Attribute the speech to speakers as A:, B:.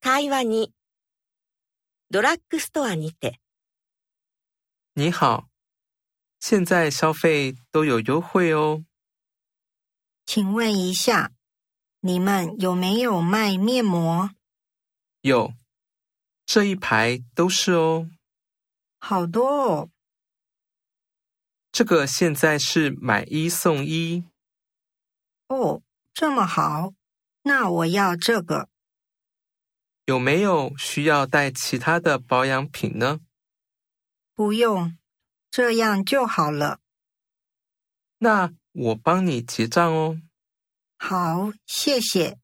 A: 会話に、ドラッグストアにて、
B: 你好，现在消费都有优惠哦。
C: 请问一下，你们有没有卖面膜？
B: 有，这一排都是哦。
C: 好多哦，
B: 这个现在是买一送一，
C: 哦，这么好，那我要这个。
B: 有没有需要带其他的保养品呢？
C: 不用，这样就好了。
B: 那我帮你结账哦。
C: 好，谢谢。